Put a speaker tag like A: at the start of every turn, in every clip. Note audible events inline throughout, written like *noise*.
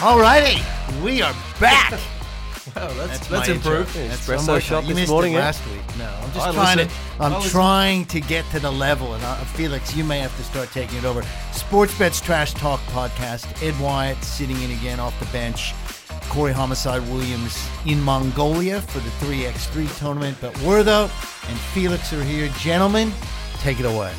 A: Alrighty, we are
B: *laughs*
A: back.
C: Well, that's,
A: my
C: that's
A: intro.
C: improved.
A: Oh, That's
B: Espresso
A: my-
B: shot
A: you
B: this
A: missed
B: morning,
A: it
B: eh?
A: last week. No, I'm just
B: I
A: trying
B: listened.
A: to.
C: I
A: I'm
C: listened.
A: trying to get to the level, and uh, Felix, you may have to start taking it over. Sports Bet's Trash Talk podcast. Ed Wyatt sitting in again off the bench. Corey Homicide Williams in Mongolia for the 3x3 tournament, but Wertho and Felix are here. Gentlemen, take it away.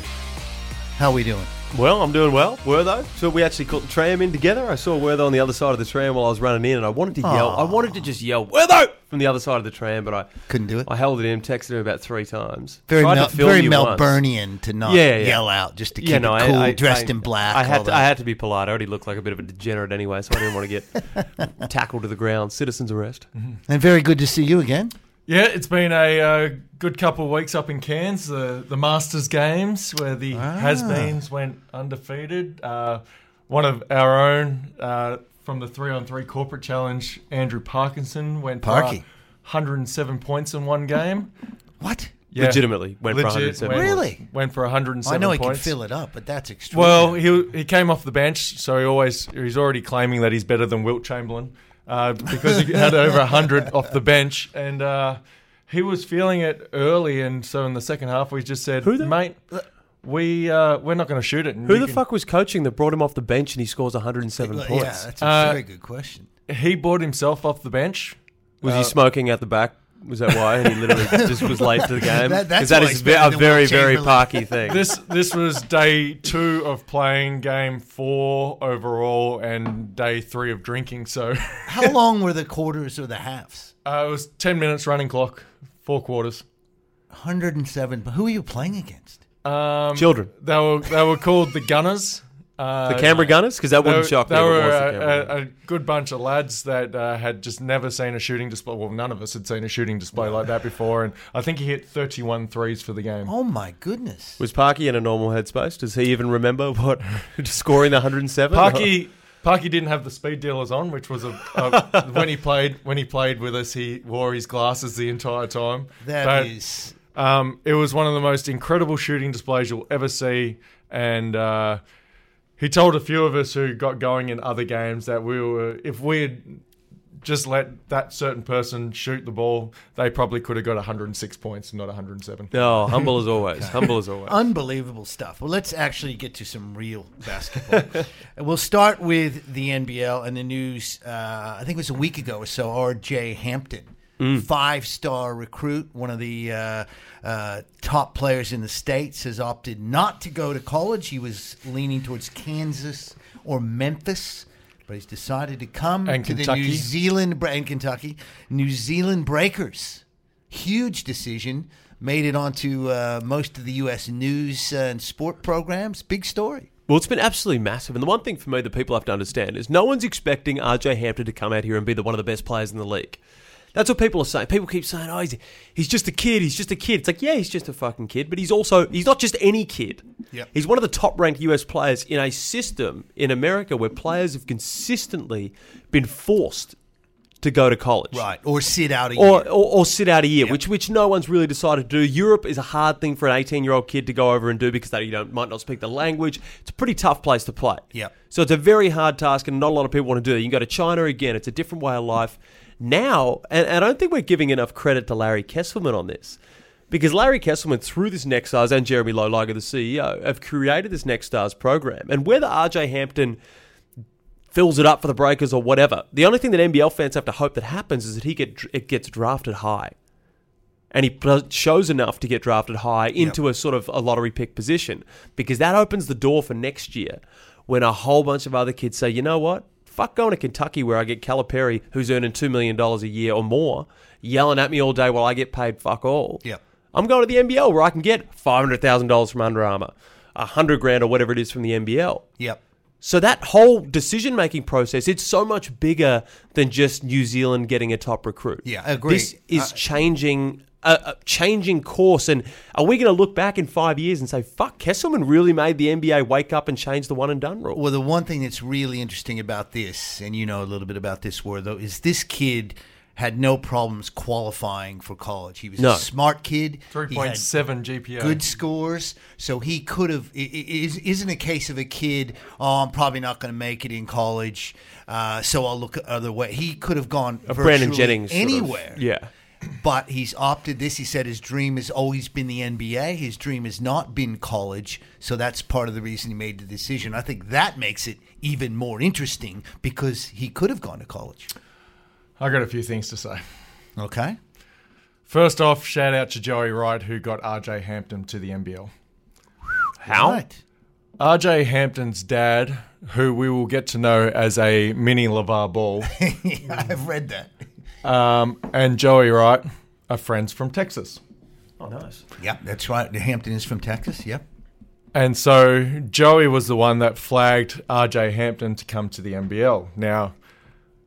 A: How we doing?
B: Well, I'm doing well. Wertho. So we actually caught the tram in together. I saw Wertho on the other side of the tram while I was running in, and I wanted to yell. I wanted to just yell Wertho from the other side of the tram, but I
A: Couldn't do it.
B: I held it in, texted him about three times.
A: Very,
B: Tried to
A: Mel-
B: film
A: very
B: you once.
A: Melburnian to not
B: Yeah, yeah.
A: yell out, just to keep
B: Yeah, no,
A: it cool,
B: I, I
A: dressed
B: I-
A: in black. all
B: I had to,
A: that.
B: I had to be polite. I already looked like a bit of a degenerate anyway, so I didn't want to
A: *laughs*
B: get tackled to the ground. Citizen's arrest.
A: and very good to see you again.
C: Yeah, it's been a uh, good couple of weeks up in Cairns. The the Masters games where the
A: Ah.
C: has-beens went undefeated. Uh, one of our own uh, from the three-on-three corporate challenge, Andrew Parkinson went for, uh,
A: Parky.
C: 107 points in one game.
A: What?
C: Yeah.
B: Legitimately went for
C: Legit
B: 107.
C: went-
A: Really?
C: Went for 107.
A: I know he
C: points.
A: can fill it up, but that's extreme.
C: Well, he he came off the bench, so he always he's already claiming that he's better than Wilt Chamberlain uh, because he had over hundred off the bench, and uh, he was feeling it early, and so in the second half we just said,
B: Who the-
C: mate, we uh, we're not going to shoot it. and
B: Who
C: you
B: the
C: can-
B: fuck was coaching that brought him off the bench and he scores 107
A: yeah,
B: points?
A: that's a
C: Uh,
A: very good question.
C: He bought himself off the bench.
B: Was
A: Uh,
B: he smoking out the back? Was that why? And he
A: *laughs*
B: literally just was late to the game.
A: That- that's
B: Because that
A: why
B: is
A: he's
B: ve-
A: better
B: a
A: than
B: very,
A: Wilt
B: very
A: Chamberlain. *laughs*
B: parky thing.
C: This this was day two of playing game four overall, and day three of drinking. So *laughs*
A: How long were the quarters or the halves?
C: uh, it was ten minutes running clock, four quarters.
A: 107. But who are you playing against?
C: Um,
B: Children.
C: They were they were called the Gunners. Uh,
B: the Canberra Gunners? Because that
C: They,
B: wouldn't
C: were-
B: shock me.
C: they
B: if it
C: were uh,
B: was the Canberra
C: a,
B: Gunners.
C: a, a good bunch of lads that uh, had just never seen a shooting display. Well, none of us had seen a shooting display like that before, and I think he hit 31 threes for the game.
A: Oh my goodness!
B: was Parky in a normal headspace? Does he even remember what *laughs* scoring the 107? *laughs*
C: Parky Parky didn't have the speed dealers on, which was a, a *laughs* when he played when he played with us, he wore his glasses the entire time.
A: That
C: But,
A: is
C: Um, it was one of the most incredible shooting displays you'll ever see, and uh, he told a few of us who got going in other games that we were if we had just let that certain person shoot the ball, they probably could have got 106 points, not 107.
B: No, Oh, humble as always. Humble as always.
A: unbelievable stuff. Well, let's actually get to some real basketball. And we'll start with the NBL and the news. Uh, I think it was a week ago or so. R.J. Hampton, five-star recruit, one of the uh, uh, top players in the states, has opted not to go to college. He was leaning towards Kansas or Memphis. But he's decided to come
C: And
A: Mm-hmm. to the
C: Kentucky.
A: New Zealand Bra- and Kentucky, New Zealand Breakers. Huge decision made it onto uh, most of the U.S. news uh, and sport programs. Big story.
B: Well, it's been absolutely massive. And the one thing for me that people have to understand is no one's expecting RJ Hampton to come out here and be the one of the best players in the league. That's what people are saying. People keep saying, "Oh, he's he's just a kid. He's just a kid." It's like, yeah, he's just a fucking kid, but he's also he's not just any kid.
A: Yep.
B: He's one of the top-ranked US players in a system in America where players have consistently been forced to go to college.
A: Or sit out a
B: Or,
A: year.
B: or, or sit out a year, which which no one's really decided to do. Europe is a hard thing for an 18 year old kid to go over and do because they you know, might not speak the language. It's a pretty tough place to play.
A: Yep.
B: So it's a very hard task, and not a lot of people want to do it. You can go to China again, it's a different way of life. Now, and, and I don't think we're giving enough credit to Larry Kesselman on this. Because Larry Kesselman, through this Next Stars and Jeremy Lowliger, the CEO, have created this Next Stars program. And whether RJ Hampton fills it up for the Breakers or whatever. The only thing that NBL fans have to hope that happens is that he get it gets drafted high, and he pl- shows enough to get drafted high into a sort of a lottery pick position because that opens the door for next year when a whole bunch of other kids say, you know what. Fuck going to Kentucky where I get Calipari, who's earning $2 million a year or more, yelling at me all day while I get paid fuck all.
A: Yep.
B: I'm going to the NBL where I can get $500,000 from Under Armour, 100 grand or whatever it is from the NBL.
A: yep.
B: So that whole decision making process, it's so much bigger than just New Zealand getting a top recruit.
A: Yeah, I agree.
B: This is changing uh, uh, changing course and are we going to look back in 5 years and say fuck Kesselman really made the NBA wake up and change the one and done rule?
A: Well, the one thing that's really interesting about this, and you know a little bit about this war, though, is this kid had no problems qualifying for college. He was
B: No.
A: a smart kid. He had
C: 3.7 GPA.
A: good scores, so he could have. i- i- Is isn't a case of a kid. Oh, I'm probably not going to make it in college, uh, so I'll look other way. He could have gone
B: Brandon
A: virtually
B: Jennings. sort of-
A: anywhere
B: yeah.
A: but he's opted this. He said his dream has always been the NBA. His dream has not been college. So that's part of the reason he made the decision. I think that makes it even more interesting because he could have gone to college.
C: I got a few things to say.
A: Okay.
C: First off, shout out to Joey Wright, who got RJ Hampton to the NBL.
B: How?
A: Right. *laughs*
C: RJ Hampton's dad, who we will get to know as a mini LeVar Ball,
A: I've read that.
C: um, and Joey Wright are friends from Texas.
B: Oh, nice.
A: Yep, that's right. Hampton is from Texas. Yep.
C: And so Joey was the one that flagged RJ Hampton to come to the NBL. Now,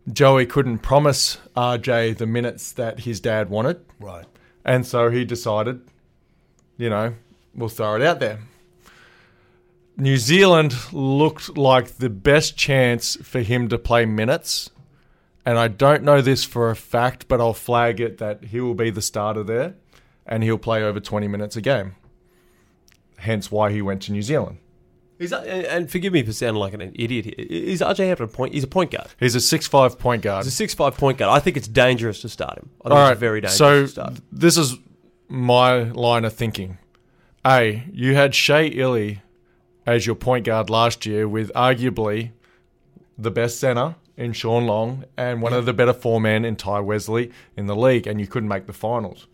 C: Joey couldn't promise RJ the minutes that his dad wanted.
A: Right.
C: And so he decided, you know, we'll throw it out there. New Zealand looked like the best chance for him to play minutes. And I don't know this for a fact, but I'll flag it that he will be the starter there and he'll play over 20 minutes a game. Hence why he went to New Zealand.
B: He's, and- and forgive me for sounding like an idiot here. Is RJ Hampton a point? He's a point guard.
C: He's a six-five point guard.
B: He's a six-five point guard. I think it's dangerous to start him. I think
C: All right,
B: it's very dangerous
C: so
B: to start.
C: th- this is my line of thinking. A, you had Shea Illy as your point guard last year with arguably the best center in Sean Long and one of the better four men in Ty Wesley in the league, and you couldn't make the finals.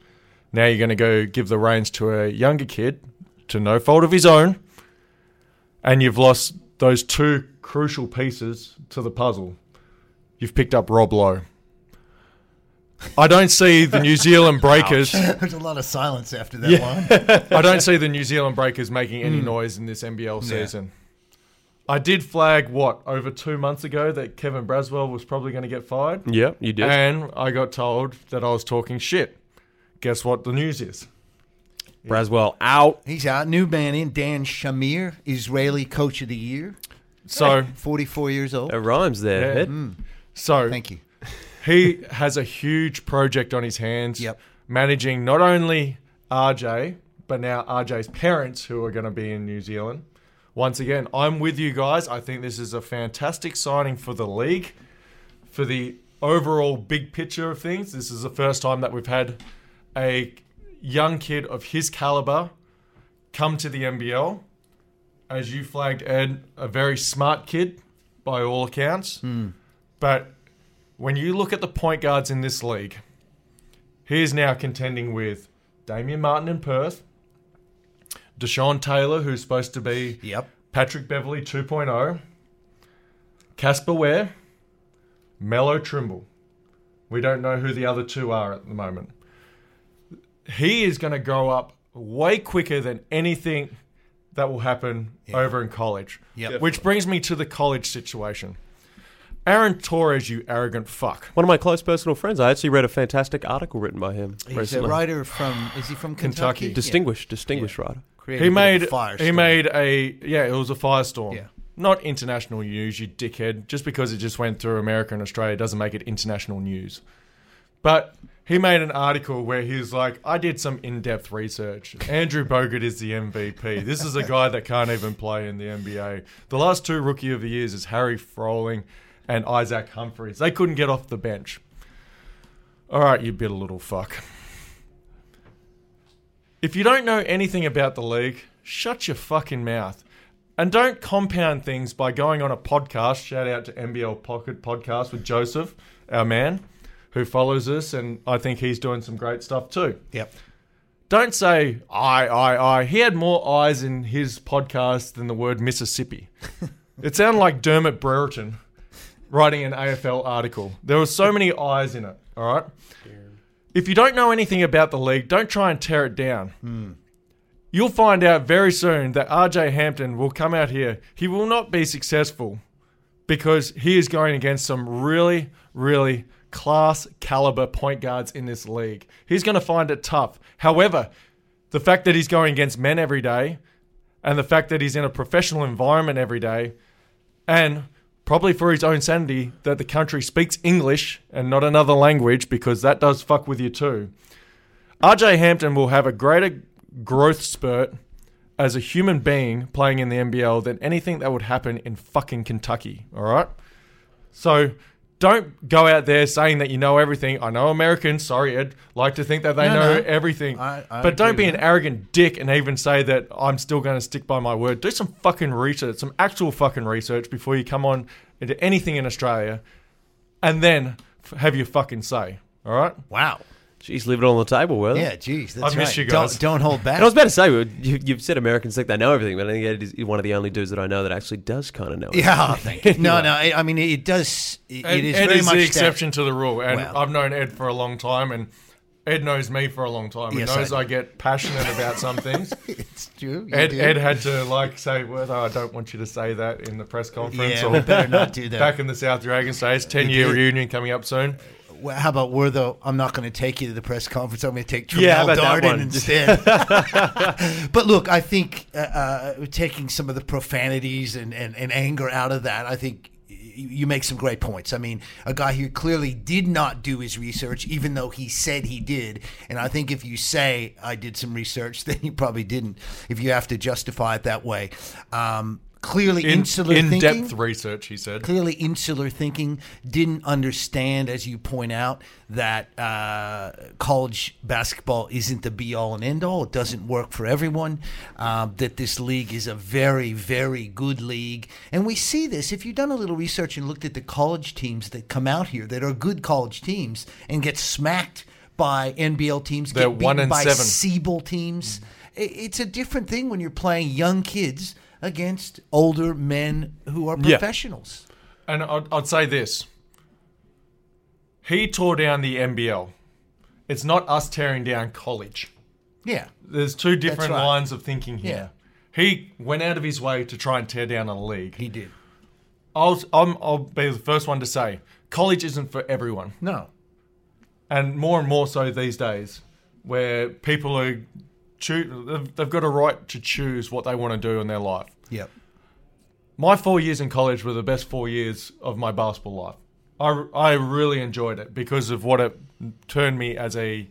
C: Now you're going to go give the reins to a younger kid to no fault of his own, and you've lost those two crucial pieces to the puzzle. You've picked up Rob Lowe. I don't see the New Zealand
A: *laughs*
C: Breakers.
A: There's a lot of silence after that one.
B: *laughs*
C: I don't see the New Zealand Breakers making any noise in this NBL season. I did flag what over two months ago that Kevin Braswell was probably going to get fired,
B: yeah, you did.
C: and I got told that I was talking shit. Guess what the news is?
B: Braswell out.
A: He's out. New man in Dan Shamir, Israeli Coach of the Year,
C: So,
A: 44 years old.
B: It rhymes there.
C: Yeah.
B: Ed.
C: so
A: Thank you.
C: he has a huge project on his hands.
A: Yep.
C: Managing not only RJ, but now RJ's parents who are going to be in New Zealand. Once again, I'm with you guys. I think this is a fantastic signing for the league, for the overall big picture of things. This is the first time that we've had a young kid of his caliber come to the NBL. As you flagged, Ed, a very smart kid by all accounts. But when you look at the point guards in this league, he is now contending with Damian Martin in Perth, Deshaun Taylor, who's supposed to be
A: Yep.
C: Patrick Beverley 2.0, Casper Ware, Mello Trimble. We don't know who the other two are at the moment. He is going to grow up way quicker than anything that will happen over in college.
A: Yep.
C: Which brings me to the college situation. Aaron Torres, you arrogant fuck.
B: One of my close personal friends. I actually read a fantastic article written by him
A: He's a
B: recently.
A: writer from, is he from
C: Kentucky.
A: Kentucky?
B: Distinguished, distinguished writer.
C: He made
A: fire.
C: he made a yeah, it was a firestorm.
A: Yeah.
C: Not international news, you dickhead. Just because it just went through America and Australia doesn't make it international news. But he made an article where he was like, I did some in depth research. Andrew Bogut is the MVP. This is a guy that can't even play in the NBA. The last two rookie of the years is Harry Froling and Isaac Humphries. They couldn't get off the bench. All right, you bitter little fuck. If you don't know anything about the league, shut your fucking mouth. And don't compound things by going on a podcast. Shout out to NBL Pocket Podcast with Joseph, our man, who follows us, and I think he's doing some great stuff too.
A: Yep.
C: Don't say I, I, I. He had more eyes in his podcast than the word Mississippi. it sounded like Dermot Brereton writing an AFL article. There were so many eyes in it. All right. If you don't know anything about the league, don't try and tear it down. You'll find out very soon that RJ Hampton will come out here. He will not be successful because he is going against some really, really class caliber point guards in this league. He's going to find it tough. However, the fact that he's going against men every day and the fact that he's in a professional environment every day and probably for his own sanity, that the country speaks English and not another language because that does fuck with you too. RJ Hampton will have a greater growth spurt as a human being playing in the NBL than anything that would happen in fucking Kentucky, all right? So don't go out there saying that you know everything. I know Americans, sorry Ed, like to think that they
A: No,
C: know
A: no.
C: everything.
A: I- I
C: but don't
A: agree
C: be
A: with
C: an arrogant dick and even say that I'm still going to stick by my word. Do some fucking research, some actual fucking research before you come on into anything in Australia and then f- have your fucking say, all right?
A: Wow.
B: Jeez, leave it all on the table, were they?
A: Yeah, geez, that's
C: I miss
A: right.
C: you guys.
A: Don't, don't hold back.
B: And I was about to say, we- you, you've said Americans think they know everything, but I think Ed is one of the only dudes that I know that actually does kind of know. everything. *laughs*
A: yeah, thank you. No, no. I, I mean, it does. It, it is
C: Ed
A: very
C: is
A: much
C: the
A: that-
C: exception to the rule, and
A: Well-
C: I've known Ed for a long time, and Ed knows me for a long time. He
A: Yes, I
C: knows
A: do.
C: I, get passionate about some things.
A: *laughs* It's true. *laughs* you
C: Ed,
A: do.
C: Ed had to like say, "Well, no, I don't want you to say that in the press
A: *laughs*
C: conference."
A: Yeah,
C: or
A: we better not do that.
C: *laughs* Back in the South Dragons days, ten-year
A: did.
C: reunion coming up soon.
A: Well, how about we're the? I'm not going to take you to the press conference. I'm going to take Tremel
B: Yeah, how about that
A: Darden
B: one?
A: instead. *laughs* but look, I think uh, uh, taking some of the profanities and, and, and anger out of that, I think y- you make some great points. I mean, a guy who clearly did not do his research, even though he said he did. And I think if you say I did some research, *laughs* then you probably didn't. If you have to justify it that way, um, clearly
C: In,
A: insular
C: in-depth
A: thinking
C: research, he said.
A: clearly insular thinking didn't understand as you point out that uh, college basketball isn't the be all and end all it doesn't work for everyone um, that this league is a very very good league and we see this if you've done a little research and looked at the college teams that come out here that are good college teams and get smacked by NBL teams
C: They're
A: get
C: one
A: beaten
C: and
A: by
C: seven.
A: Siebel teams. I- It's a different thing when you're playing young kids against older men who are
B: Yeah.
A: professionals.
C: And I'd, I'd say this. He tore down the NBL. It's not us tearing down college.
A: Yeah.
C: There's two different
A: right.
C: lines of thinking here. He went out of his way to try and tear down a league.
A: He did.
C: I'll, I'm, I'll be the first one to say college isn't for everyone.
A: No.
C: And more and more so these days, where people are, choo- they've, they've got a right to choose what they want to do in their life.
A: Yep.
C: My four years in college were the best four years of my basketball life. I, I really enjoyed it because of what it turned me as a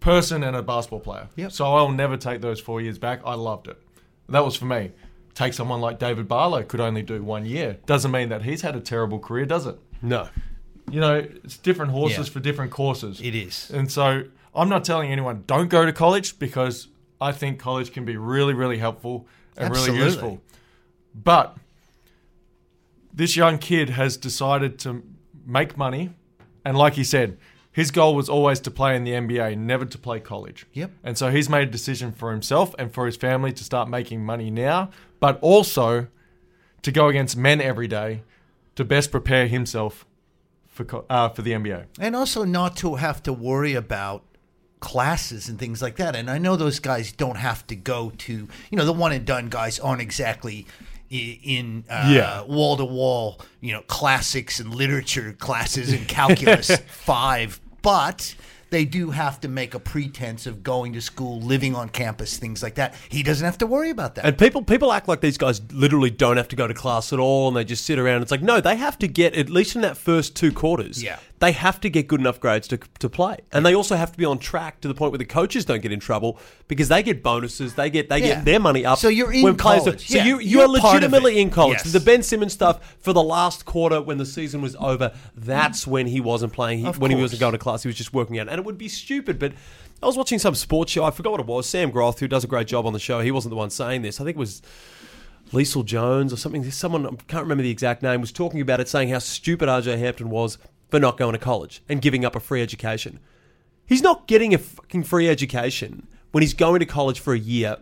C: person and a basketball player.
A: Yep.
C: So I'll never take those four years back. I loved it. That was for me. Take someone like David Barlow could only do one year. Doesn't mean that he's had a terrible career, does it?
B: No.
C: You know, it's different horses
A: Yeah.
C: for different courses.
A: It is.
C: And so I'm not telling anyone don't go to college because I think college can be really, really helpful and
A: Absolutely.
C: really useful. But this young kid has decided to make money. And like he said, his goal was always to play in the NBA, never to play college.
A: Yep.
C: And so he's made a decision for himself and for his family to start making money now, but also to go against men every day to best prepare himself for, co- uh, for the NBA.
A: And also not to have to worry about classes and things like that. And I know those guys don't have to go to, you know, the one and done guys aren't exactly i- in
C: Yeah.
A: wall to wall, you know, classics and literature classes and
B: *laughs*
A: calculus five, but they do have to make a pretense of going to school, living on campus, things like that. He doesn't have to worry about that.
B: And people people act like these guys literally don't have to go to class at all, and they just sit around. It's like no, they have to get at least in that first two quarters.
A: Yeah.
B: they have to get good enough grades to to play, and they also have to be on track to the point where the coaches don't get in trouble because they get bonuses, they get they
A: Yeah.
B: get their money up.
A: So you're in
B: when players
A: college.
B: so
A: Yeah.
B: you you
A: You're
B: are
A: part of it.
B: legitimately in college.
A: Yes.
B: The Ben Simmons stuff for the last quarter when the season was over. That's when he wasn't playing. He, when
A: Of
B: he
A: course.
B: wasn't going to class, he was just working out, and it would be stupid, but. I was watching some sports show. I forgot what it was. Sam Groth, who does a great job on the show, he wasn't the one saying this. I think it was Liesl Jones or something. Someone I can't remember the exact name was talking about it, saying how stupid RJ Hampton was for not going to college and giving up a free education. He's not getting a fucking free education when he's going to college for a year,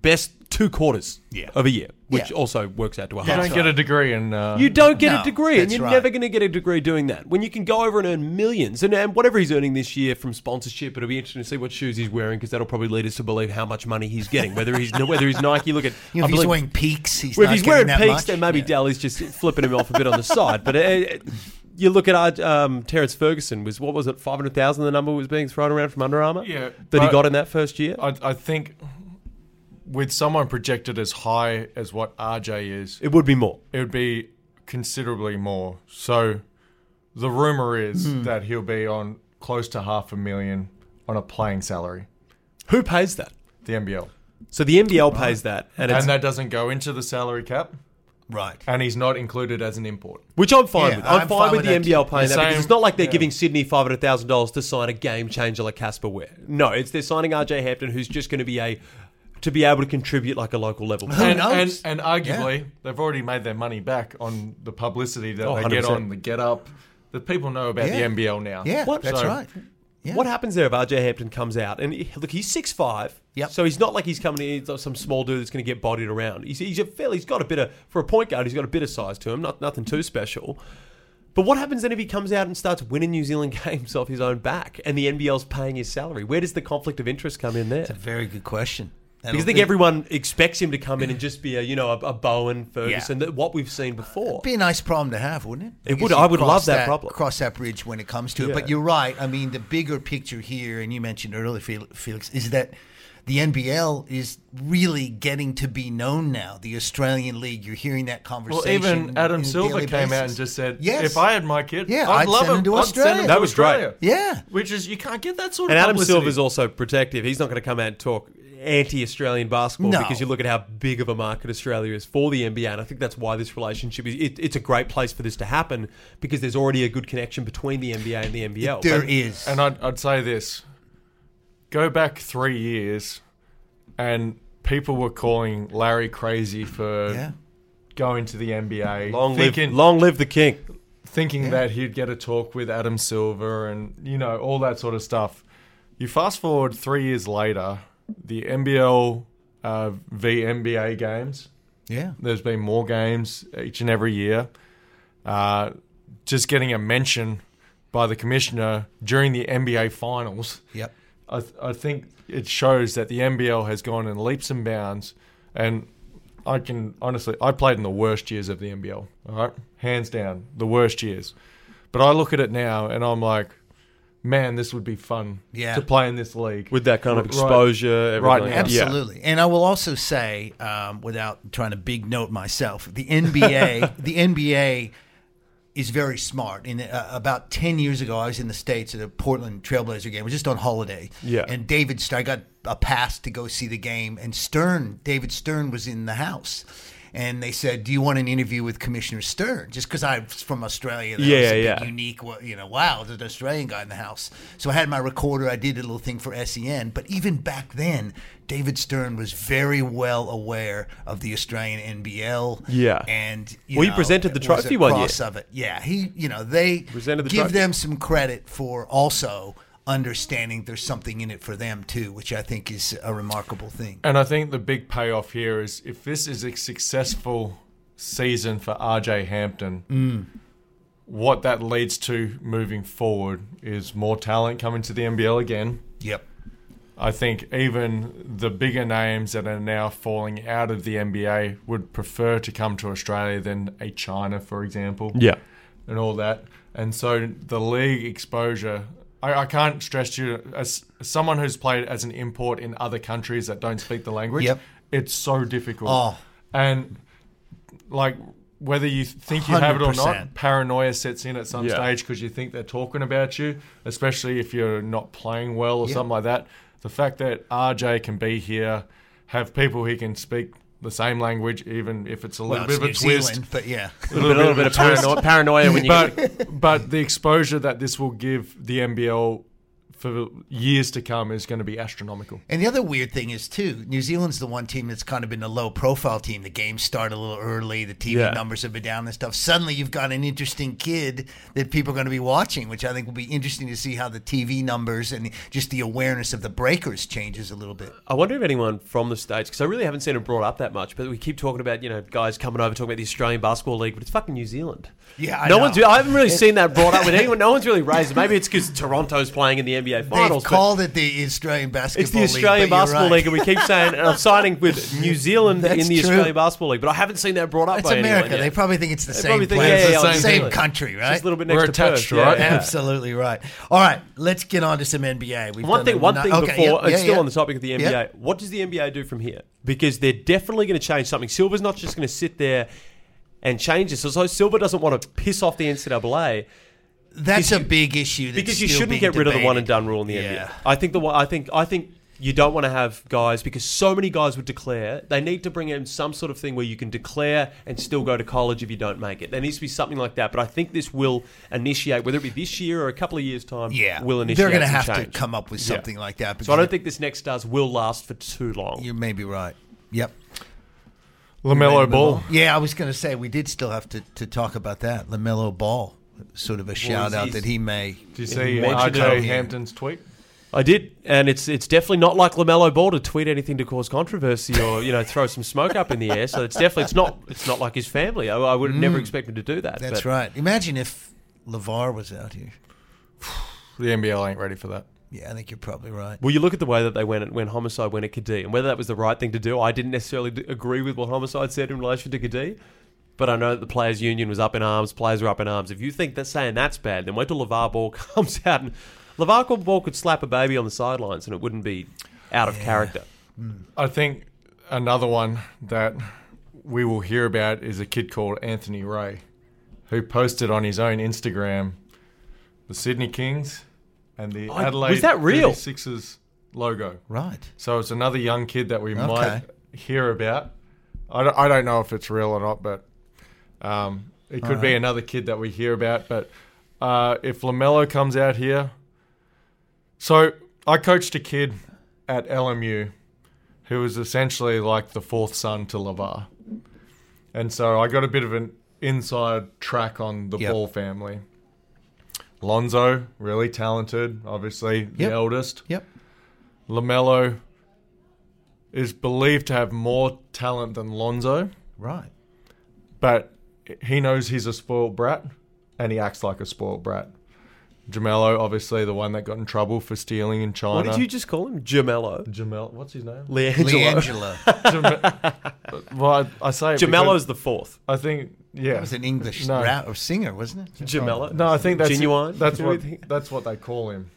B: best two quarters
A: Yeah.
B: of a year, which
A: Yeah.
B: also works out to a
C: You
B: half.
C: don't get a degree in. Uh,
B: You don't get
A: No,
B: a degree, and
A: that's
B: you're
A: right.
B: never going to get a degree doing that. When you can go over and earn millions, and, and whatever he's earning this year from sponsorship, it'll be interesting to see what shoes he's wearing because that'll probably lead us to believe how much money he's getting. Whether he's whether he's Nike, look at
A: You know, *laughs*
B: I
A: if he's
B: believe-
A: wearing peaks, he's
B: well,
A: not
B: if he's
A: getting
B: wearing
A: that
B: peaks,
A: much.
B: then maybe Daly's just flipping him off a
A: *laughs*
B: bit on the side. But uh, uh, you look at our, um, Terrence Ferguson was what was it five hundred thousand? The number was being thrown around from Under Armour.
C: Yeah,
B: that he
C: but-
B: got in that first year.
C: I, I think with someone projected as high as what RJ is,
B: it would be more.
C: it would be considerably more. So the rumor is
A: Hmm.
C: that he'll be on close to half a million on a playing salary.
B: Who pays that?
C: The NBL.
B: So the NBL pays that, and it's
C: And that doesn't go into the salary cap,
A: Right.
B: Uh,
C: and he's not included as an import.
B: which I'm fine
A: Yeah,
B: with. I'm,
A: I'm
B: fine,
A: fine
B: with,
A: with that
B: the NBL
A: too.
B: paying
C: The
B: that because
C: same-
B: it's not like they're
C: yeah.
B: giving Sydney five hundred thousand dollars to sign a game changer like Casper Ware. No, it's they're signing RJ Hampton, who's just going to be a to be able to contribute like a local level. player.
A: Who
C: and,
A: knows?
C: And, and arguably, they've already made their money back on the publicity that
B: Oh,
C: they get
B: 100%.
C: on the get up. The people know about
A: Yeah.
C: the NBL now.
A: Yeah,
B: What?
A: that's
C: So-
A: right. *laughs* Yeah.
B: What happens there if RJ Hampton comes out and he- look, he's six five.
A: Yep.
B: So he's not like he's coming in he's not some small dude that's going to get bodied around. He's, he's a fairly, he's got a bit of for a point guard. He's got a bit of size to him, not nothing too special. But what happens then if he comes out and starts winning New Zealand *laughs* games off his own back, and the NBL's paying his salary? Where does the conflict of interest come in there?
A: Very good question. I
B: Because I
A: don't
B: think everyone expects him to come in and just be a you know a, a Bowen Ferguson, that what we've seen before.
A: Be a nice problem to have, wouldn't it?
B: It would.
A: guess you
B: I would love
A: cross
B: that problem.
A: Cross that bridge when it comes to it.
B: Yeah.
A: But you're right. I mean, the bigger picture here, and you mentioned earlier, Fel- Felix, is that the NBL is really getting to be known now. The Australian League. You're hearing that
C: Well,
A: conversation.
C: even Adam
A: on a
C: Silver
A: daily
C: came out and
A: basis.
C: just said,
A: Yes.
C: if I had my kid,
A: Yeah,
C: I'd,
A: I'd
C: love
A: send him to
C: I'd send
A: Australia."
C: him
B: That
C: to
B: was great.
C: Australia.
A: yeah.
C: Which is, you can't get that sort
B: And
C: of
B: Adam
C: publicity.
B: Silver's also protective. He's not going to come out and talk anti-Australian basketball
A: No.
B: because you look at how big of a market Australia is for the NBA, and I think that's why this relationship is. It, it's a great place for this to happen because there's already a good connection between the NBA and the NBL.
A: There
B: But
A: is.
C: And I'd, I'd say this go back three years, and people were calling Larry crazy for
A: yeah.
C: going to the NBA.
B: long live,
C: thinking,
B: long live the king.
C: thinking
A: Yeah.
C: that he'd get a talk with Adam Silver and, you know, all that sort of stuff. You fast forward three years later, the NBL uh, v NBA games.
A: Yeah.
C: There's been more games each and every year. Uh, just getting a mention by the commissioner during the NBA finals,
A: Yep.
C: I, th- I think it shows that the NBL has gone in leaps and bounds. And I can honestly, I played in the worst years of the NBL, all right? Hands down, the worst years. But I look at it now and I'm like, man, this would be fun
A: Yeah.
C: to play in this league.
B: With that kind of
C: Right.
B: exposure,
C: Right,
B: everything.
C: now.
B: Yeah.
A: Absolutely. And I will also say, um, without trying to big note myself, the
B: *laughs*
A: NBA, the NBA is very smart. In uh, about ten years ago, I was in the states at a Portland Trailblazer game. We're just on holiday.
B: Yeah.
A: And David, Stern- I got a pass to go see the game, and Stern, David Stern, was in the house. And they said, "Do you want an interview with Commissioner Stern?" Just because I'm from Australia, that
B: Yeah,
A: was a bit
B: yeah.
A: unique. wa- You know, wow, there's an Australian guy in the house. So I had my recorder. I did a little thing for SEN. But even back then, David Stern was very well aware of the Australian NBL.
B: Yeah.
A: and you
B: Well, he
A: know,
B: presented the
A: it was a
B: trophy one year.
A: cross of it. Yeah, he, you know, they
B: Presented the
A: give
B: trophy.
A: them some credit for also understanding there's something in it for them too, which I think is a remarkable thing.
C: And I think the big payoff here is if this is a successful season for RJ Hampton, what that leads to moving forward is more talent coming to the NBL again.
A: Yep.
C: I think even the bigger names that are now falling out of the NBA would prefer to come to Australia than a China, for example
B: Yeah.
C: and all that. And so the league exposure, I, I can't stress to you, as someone who's played as an import in other countries that don't speak the language,
A: Yep.
C: it's so difficult.
A: Oh.
C: And like whether you think you have it or not,
A: 100%.
C: paranoia sets in at some
B: Yeah.
C: stage because you think they're talking about you, especially if you're not playing well or
A: Yeah.
C: something like that. The fact that RJ can be here, have people he can speak the same language, even if it's a little
A: Well,
C: bit
A: it's
C: of a
A: New
C: twist,
A: Zealand, but yeah.
B: A little bit, a little bit of paranoia, paranoia when you
C: but but the exposure that this will give the NBL for years to come is going to be astronomical.
A: And the other weird thing is too, New Zealand's the one team that's kind of been a low profile team. The games start a little early, the TV
B: Yeah.
A: numbers have been down and stuff. Suddenly you've got an interesting kid that people are going to be watching, which I think will be interesting to see how the TV numbers and just the awareness of the breakers changes a little bit.
B: I wonder if anyone from the States, because I really haven't seen it brought up that much, but we keep talking about, you know, guys coming over talking about the Australian Basketball League, but it's fucking New Zealand.
A: Yeah, I
B: no
A: know.
B: one's. I haven't really seen that brought up with anyone. No one's really raised it. Maybe it's because Toronto's playing in the NBA
A: They've
B: Finals. but
A: called it the Australian Basketball
B: it's the
A: League,
B: Australian
A: but you're
B: Basketball
A: right.
B: League, and we keep
A: *laughs*
B: saying, and I'm signing with New Zealand
A: That's
B: in the
A: true.
B: Australian Basketball League, but I haven't seen that brought up
A: It's
B: by
A: America.
B: anyone.
A: They
B: yet.
A: probably think it's the
B: They
A: same
B: probably think,
A: place,
B: yeah, yeah,
C: It's the
B: yeah,
C: same
A: same
C: thing.
A: country,
B: It's
A: right?
B: just a little bit next
C: We're
B: to
C: attached,
B: Perth. Yeah,
C: right?
B: yeah.
A: *laughs* Absolutely right. All right, let's get on to some NBA. We've
B: One
A: done
B: thing,
A: a
B: one
A: no-
B: thing
A: okay,
B: before,
A: yeah,
B: it's
A: yeah,
B: still
A: yeah.
B: on the topic of the NBA.
A: Yeah.
B: What does the NBA do from here? Because they're definitely going to change something. Silver's not just going to sit there and changes. So, so Silver doesn't want to piss off the NCAA
A: That's
B: Because
A: a big issue. That's
B: because you
A: still being
B: shouldn't get rid of the one and
A: debated.
B: done rule in the
A: Yeah.
B: NBA. I think the one- I think I think you don't want to have guys because so many guys would declare. They need to bring in some sort of thing where you can declare and still go to college if you don't make it. There needs to be something like that. But I think this will initiate, whether it be this year or a couple of years time.
A: Yeah,
B: will initiate.
A: they're going to
B: some
A: have
B: change.
A: to come up with something like that. Because
B: So I don't think this next stars will last for too long.
A: you may be right. Yep.
C: Lamelo Ball.
A: Yeah, I was going to say we did still have to, to talk about that Lamelo Ball. Sort of a shout out
B: he's-
A: that he may.
C: Do you see
B: Mention
A: Kobe.
C: RJ Hampton's tweet?
B: I did, and it's it's definitely not like Lamelo Ball to tweet anything to cause controversy or you know throw some smoke up in the air. So it's definitely it's not it's not like his family. I, I would have never expect him to do that.
A: Mm. That's
B: but-
A: right. Imagine if Levar was out here.
C: The NBL ain't ready for that.
A: Yeah, I think you're probably right.
B: Well, you look at the way that they went at, when Homicide went at Kadee, and whether that was the right thing to do, I didn't necessarily d- agree with what Homicide said in relation to Kadee, but I know that the players' union was up in arms, players were up in arms. If you think that saying that's bad, then wait till LeVar Ball *laughs* comes out and LeVar Ball could slap a baby on the sidelines and it wouldn't be out of character.
C: I think another one that we will hear about is a kid called Anthony Ray, who posted on his own Instagram the Sydney Kings and the
B: Oh, was
C: Adelaide
B: that real?
C: 36ers logo.
A: Right.
C: So it's another young kid that we might
A: Okay.
C: hear about. I don't, I don't know if it's real or not, but um, it could be another kid that we hear about. But uh, if LaMelo comes out here. So I coached a kid at LMU who was essentially like the fourth son to LeVar. And so I got a bit of an inside track on the
A: Yep.
C: Ball family. Lonzo, really talented, obviously the
A: Yep.
C: eldest.
A: Yep.
C: LaMelo is believed to have more talent than Lonzo,
A: Right.
C: but he knows he's a spoiled brat and he acts like a spoiled brat. Jamelo, obviously the one that got in trouble for stealing in China.
B: What did you just call him? Jamello?
C: Jamel, what's his
B: *laughs*
C: name?
B: Leangelo. *laughs*
A: Leangelo.
C: Jame- well, I, I say it
B: Jamello's the fourth.
C: because I think yeah.
A: That was an English
C: No.
A: rap or singer, wasn't it?
B: Jamello?
C: no, I think that's
B: Genuine?
C: That's what that's what they call him.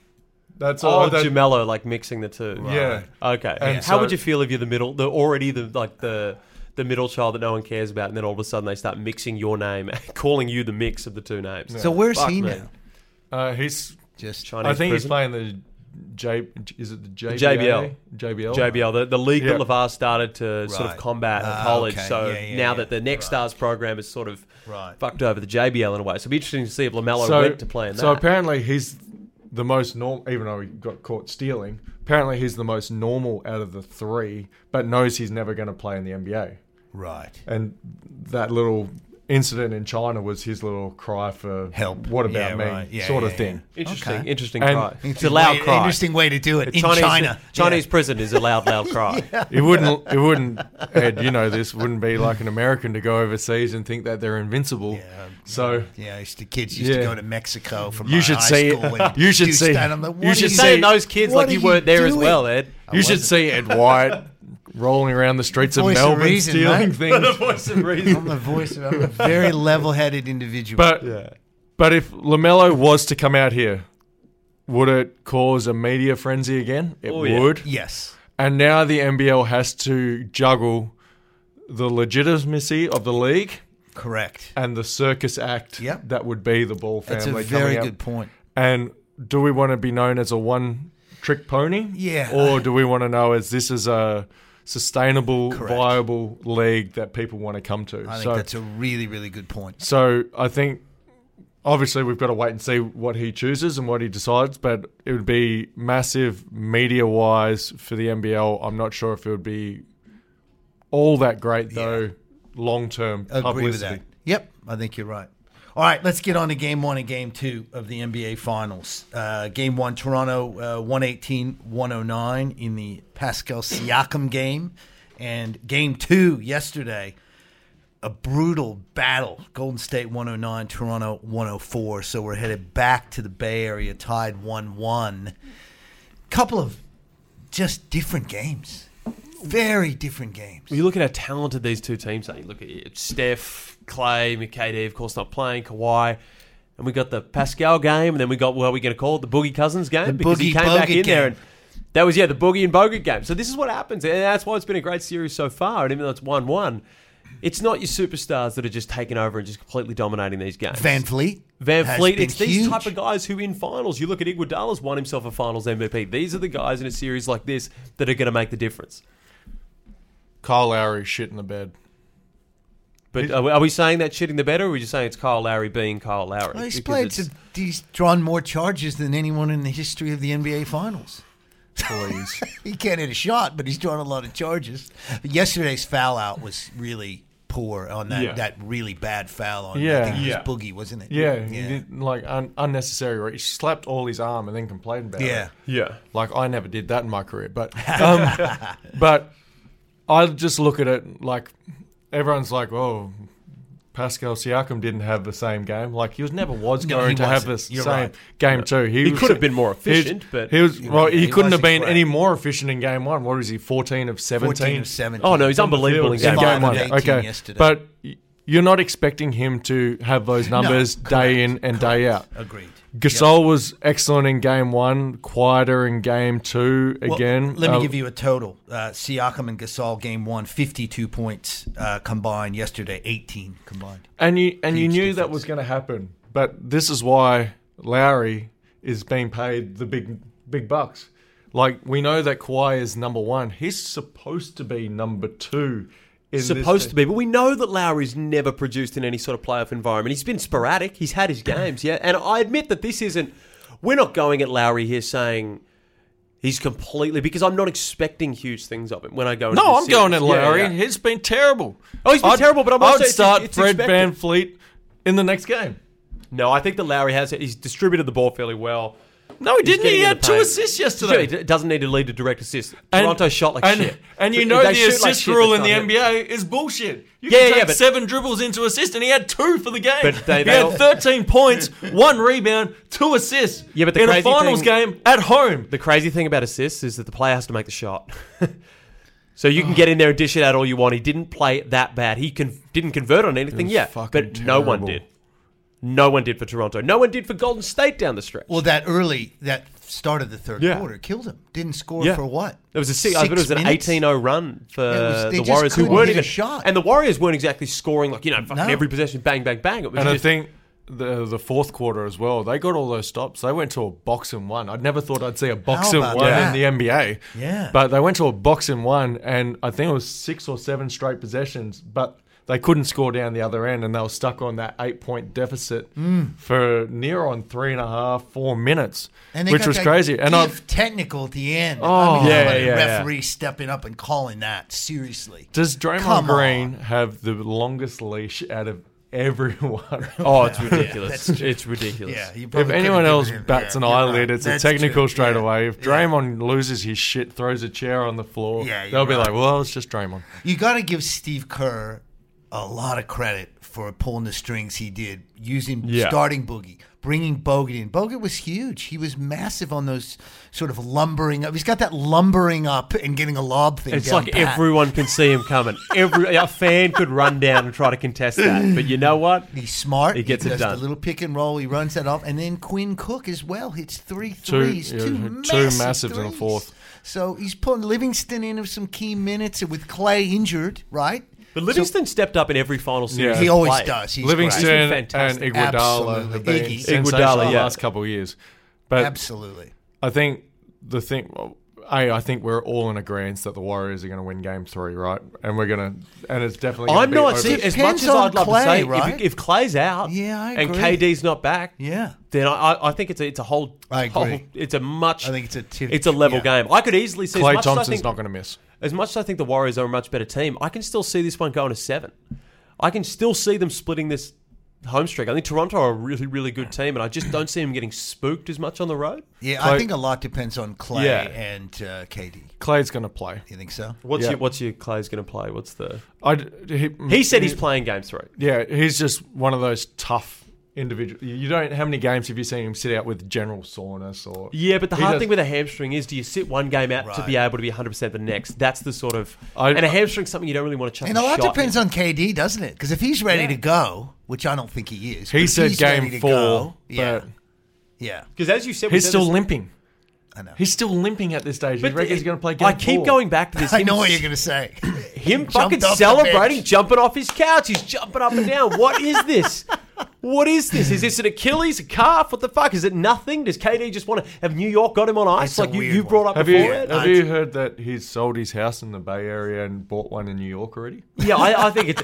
C: That's all.
B: Oh,
C: that,
B: Jamello, like mixing the two.
C: yeah.
B: Okay.
C: And
B: How would
C: so-
B: you feel if you're the middle, the already the like the the middle child that no one cares about, and then all of a sudden they start mixing your name, *laughs* calling you the mix of the two names?
A: So where's
B: Fuck
A: he
B: me.
A: now?
C: Uh, he's.
A: Just
B: Chinese
C: I think he's
B: prison.
C: playing the J. Is it the JBA?
B: JBL.
C: JBL.
B: JBL, the, the league
C: Yeah.
B: that Lavar started to sort of
A: Right.
B: combat at
A: Ah,
B: college.
A: okay.
B: So
A: Yeah, yeah,
B: now
A: yeah.
B: that the Next
A: Right.
B: Stars program is sort of
A: Right.
B: fucked over the JBL in a way. So it'd be interesting to see if Lamelo went to play in that.
C: So apparently he's the most normal, even though he got caught stealing. Apparently he's the most normal out of the three, but knows he's never going to play in the NBA.
A: Right.
C: And that little incident in China was his little cry for
A: Help.
C: What about
A: Yeah,
C: me?
A: right. Yeah,
C: sort of
A: yeah,
C: thing.
B: interesting,
A: Okay.
B: interesting
C: And-
B: cry. It's a
A: Interesting
B: loud
A: way-
B: cry.
A: Interesting way to do it in
B: Chinese,
A: China.
B: Chinese prison is a loud, *laughs* loud cry.
C: It wouldn't. It wouldn't. Ed, you know this wouldn't be like an American to go overseas and think that they're invincible.
A: Yeah.
C: So
A: Yeah, I used to, kids used
C: Yeah.
A: to go to Mexico from
C: You
A: my
C: should
A: high
C: see-
A: school. and
C: *laughs* you should
A: do
C: see-
A: stand- I'm like,
C: you
A: "What are
C: should
B: You're
C: see-
B: saying those kids
A: what
B: like you
A: are
B: weren't there as
A: doing?" *laughs*
B: well, Ed.
C: you should see Ed White rolling around the streets of
A: Voice of
C: Melbourne
A: reason,
C: stealing
A: mate.
C: things.
A: *laughs*
B: voice of reason. *laughs*
A: I'm the voice of I'm a very level-headed individual.
C: But but if Lamelo was to come out here, would it cause a media frenzy again? It
B: Oh, yeah.
C: would.
A: yes,
C: And now the NBL has to juggle the legitimacy of the league
A: correct.
C: and the circus act
A: Yep.
C: that would be the Ball
A: That's
C: family
A: a very
C: coming
A: good
C: up.
A: point.
C: And do we want to be known as a one-trick pony?
A: Yeah.
C: Or do we want to know as this is a sustainable,
A: Correct.
C: viable league that people want to come to?
A: I think
C: so
A: that's a really, really good point.
C: So I think obviously we've got to wait and see what he chooses and what he decides, but it would be massive media wise for the NBL. I'm not sure if it would be all that great though long term
A: Agree
C: publicity.
A: with that. Yep, I think you're right. All right, let's get on to game one and game two of the NBA Finals. Uh, game one, Toronto uh, 118 109 in the Pascal Siakam game. And game two yesterday, a brutal battle. Golden State 109, Toronto 104. So we're headed back to the Bay Area, tied 1 1. Couple of just different games. Very different games.
B: You look at how talented these two teams are. You look at it, Steph, Clay, KD, of course, not playing, Kawhi. And we got the Pascal game, and then we got, what are we going to call it? The Boogie Cousins game?
A: The
B: because he
A: Boogie
B: came back in
A: Bogut
B: there
A: game.
B: and that was, yeah, the Boogie and Bogut game. So this is what happens. And that's why it's been a great series so far. And even though it's 1 1, It's not your superstars that are just taking over and just completely dominating these games.
A: Van Fleet.
B: Van
A: has
B: Fleet.
A: been
B: It's these
A: huge.
B: type of guys who, in finals, you look at Iguodala's won himself a Finals MVP. These are the guys in a series like this that are going to make the difference.
C: Kyle Lowry shit in the bed.
B: But are we, are we saying that shitting the better, or are we just saying it's Kyle Lowry being Kyle Lowry?
A: Well, he's
B: Because
A: played.
B: it's-
A: Some, he's drawn more charges than anyone in the history of the NBA Finals. *laughs*
C: Please.
A: He can't hit a shot, but he's drawn a lot of charges. Yesterday's foul out was really poor on that,
C: Yeah.
A: that really bad foul on. I
C: Yeah.
A: think it was
C: Yeah.
A: Boogie, wasn't it?
C: yeah, he
A: yeah.
C: did, like un- unnecessary. Right? He slapped all his arm and then complained about
A: Yeah.
C: it.
B: yeah.
C: Like I never did that in my career, but
B: *laughs*
C: um, but I just look at it like everyone's like, oh, Pascal Siakam didn't have the same game. Like he was never was
A: No, he
C: going to have the
A: wasn't. You're
C: same
A: right.
C: game too.
B: He
C: was-
B: could have been more
C: he was-
B: efficient, but-
C: he was well. He,
A: he
C: couldn't have
A: wasn't
C: been
A: great.
C: any more efficient in game one. What is he? Fourteen of seventeen.
A: 14 of 17.
B: Oh no, he's unbelievable in
C: Yeah,
B: game
A: Five
B: one.
A: of
C: one.
A: eighteen
C: Okay,
A: yesterday.
C: but y- you're not expecting him to have those numbers day in and day out.
A: Agreed.
C: Gasol was excellent in game one, quieter in game two.
A: Well,
C: Again,
A: let me
C: Uh,
A: give you a total. Uh, Siakam and Gasol game one, 52 points uh, combined. Yesterday, 18 combined.
C: And you and you
A: huge
C: knew that
A: difference.
C: was going to happen, but this is why Lowry is being paid the big big bucks. Like we know that Kawhi is number one. He's supposed to be number two. In this
B: Supposed
C: thing.
B: to be, but we know that Lowry's never produced in any sort of playoff environment. He's been sporadic.
A: *clears throat*
B: He's had his games, yeah. And I admit that this isn't. We're not going at Lowry here saying he's completely because I'm not expecting huge things of him when I go. into
C: No,
B: this
C: I'm going
B: series.
C: at
B: Yeah,
C: Larry.
B: yeah.
C: He's been terrible.
B: Oh, he's been terrible, but I'm not
C: I'd
B: saying it's-
C: start
B: it's
C: Fred
B: expected.
C: Van Fleet in the next game.
B: No, I think that Lowry has. He's distributed the ball fairly well.
C: No, he
B: He's
C: didn't. He
B: getting in
C: had
B: the
C: two
B: paint.
C: assists
B: Yeah, he
C: yesterday.
B: d- doesn't need to lead a direct assist.
C: And-
B: Toronto shot like
C: and,
B: shit.
C: And you
B: If
C: know
B: they
C: the
B: shoot like
C: assist
B: shit,
C: rule
B: that's
C: in the
B: not him.
C: NBA is bullshit. You
B: Yeah,
C: can
B: yeah,
C: take
B: but-
C: seven dribbles into assists, and he had two for the game.
B: But they-
C: he
B: they
C: had
B: all-
C: 13 points, one rebound, two assists.
B: Yeah, but the
C: in a
B: crazy
C: finals
B: thing-
C: game at home.
B: The crazy thing about assists is that the player has to make the shot. *laughs* so you can get in there and dish it out all you want. He didn't play that bad. He con- didn't convert on anything
C: was
B: yet, but
C: fucking
B: no one did.
C: terrible.
B: No one did for Toronto. No one did for Golden State down the stretch.
A: Well, that early, that start of the third
C: Yeah.
A: quarter killed him. Didn't score
B: Yeah.
A: for what?
B: It was a six, I think it was an
A: minutes?
B: 18-0 run for
A: It was- they
B: the
A: just
B: Warriors, who
A: couldn't
B: weren't
A: hit
B: even
A: a shot.
B: And the Warriors weren't exactly scoring like you know fucking
A: No.
B: every possession, bang, bang, bang. It was
C: And I
B: just-
C: think the the fourth quarter as well, they got all those stops. They went to a box and one. I'd never thought I'd see a box
A: How
C: and
A: about
C: one
A: that?
C: in the NBA.
A: Yeah.
C: But they went to a box and one, and I think it was six or seven straight possessions, but they couldn't score down the other end, and they were stuck on that eight point deficit
A: Hmm.
C: for near on three and a half, four minutes,
A: And they
C: which
A: got
C: was
A: that
C: crazy. And I
A: diff technical at the end.
C: Oh,
A: I mean,
C: yeah,
A: how about a
C: yeah, yeah.
A: referee stepping up and calling that seriously.
C: does Draymond
A: Come
C: Green have the longest leash out of
A: *laughs*
C: everyone?
B: oh, it's *laughs* ridiculous. it's ridiculous.
A: Yeah, you
C: If
A: probably
C: anyone
A: could've
C: else
A: given him-
C: bats
A: yeah,
C: an
A: you're
C: eyelid,
A: right.
C: it's
A: That's
C: a technical
A: true.
C: straight
A: Yeah.
C: away. If
A: Yeah.
C: Draymond loses his shit, throws a chair on the floor,
A: Yeah, you're
C: they'll be
A: right.
C: like, "Well, it's just Draymond."
A: You got to give Steve Kerr a lot of credit for pulling the strings he did, using
C: Yeah.
A: starting Boogie, bringing Bogut in. Bogut was huge. He was massive on those sort of lumbering up. He's got that lumbering up and getting a lob thing.
B: It's
A: down
B: like
A: pat.
B: everyone can see him coming. Every a fan could run down and try to contest that, but you know what?
A: He's smart.
B: He gets it
A: does
B: done.
A: The little pick and roll, he runs that off, and then Quinn Cook as well hits three
C: Two-
A: threes,
C: yeah,
A: two,
C: two
A: massive
C: massives and a
A: threes.
C: fourth.
A: So he's putting Livingston in of some key minutes, and with Clay injured, right?
B: *laughs* But Livingston stepped up in every final series.
C: Yeah.
A: He always
B: played.
A: does. He's great.
C: Livingston and
B: fantastic.
C: Iguodala have been
A: Absolutely. Iggy.
C: sensational
B: Iguodala,
C: the
B: yeah.
C: last couple of years. But
A: Absolutely.
C: I think the thing, well, a, I think we're all in agreement that the Warriors are going to win Game Three, right? And we're gonna, and it's definitely. Gonna
B: I'm
C: be
B: not
C: over.
B: seeing as much
A: Depends
B: as I'd
A: on
B: love
A: Clay,
B: to say. if-
A: right?
B: If, Clay's out,
A: Yeah, I
B: and
A: agree.
B: KD's not back,
A: Yeah.
B: then I, I, I think it's a, it's a whole.
A: I agree.
B: whole- it's a much.
A: I think it's a tiff-
B: it's a level
A: yeah.
B: game. I could easily see. as
C: Clay
B: much as I
C: Thompson's
B: think-
C: not going to miss.
B: as much as I think the Warriors are a much better team, I can still see this one going to seven. I can still see them splitting this home streak. I think Toronto are a really, really good team, and I just don't see them getting spooked as much on the road.
A: Yeah,
C: Clay-
A: I think a lot depends on Clay
C: Yeah.
A: and uh, KD.
C: Clay's going to play.
A: You think so?
B: What's
C: Yeah.
B: your What's your Clay's going to play? What's the?
C: I he,
B: He said he's playing game three.
C: Yeah, he's just one of those tough individual. You don't. How many games have you seen him sit out with general soreness or?
B: Yeah, but the
C: He
B: hard
C: does-
B: thing with a hamstring is, do you sit one game out to
A: Right.
B: be able to be 100 percent the next? That's the sort of
C: I-
B: and a hamstring's something you don't really want to chuck.
A: And a lot
B: shot
A: depends
B: in.
A: on KD, doesn't it? Because if he's ready
B: Yeah.
A: to go, which I don't think he is, but
C: He
A: if
C: said
A: he's ready
C: game
A: to
C: four,
A: go-
C: but
A: yeah,
B: because as you said, we
C: he's
B: said
C: still
B: this-
C: limping.
A: I know.
C: He's still limping at this stage. But he reckons he's going to play. Game
B: I keep
C: four.
B: going back to this.
A: I
B: him
A: know what
B: s-
A: you're going to say. He
B: Him fucking
A: jumped off the
B: celebrating,
A: bench.
B: jumping off his couch. He's jumping up and down. What is this? What is this? Is this an Achilles, a calf? What the fuck? Is it nothing? Does KD just want to have New York got him on ice
A: It's a
B: like you,
A: weird
B: you
A: one.
B: brought up
C: Have you
B: before? Uh,
A: Yeah.
B: Ed?
C: have you heard that he's sold his house in the Bay Area and bought one in New York already?
B: Yeah, I, I think it's.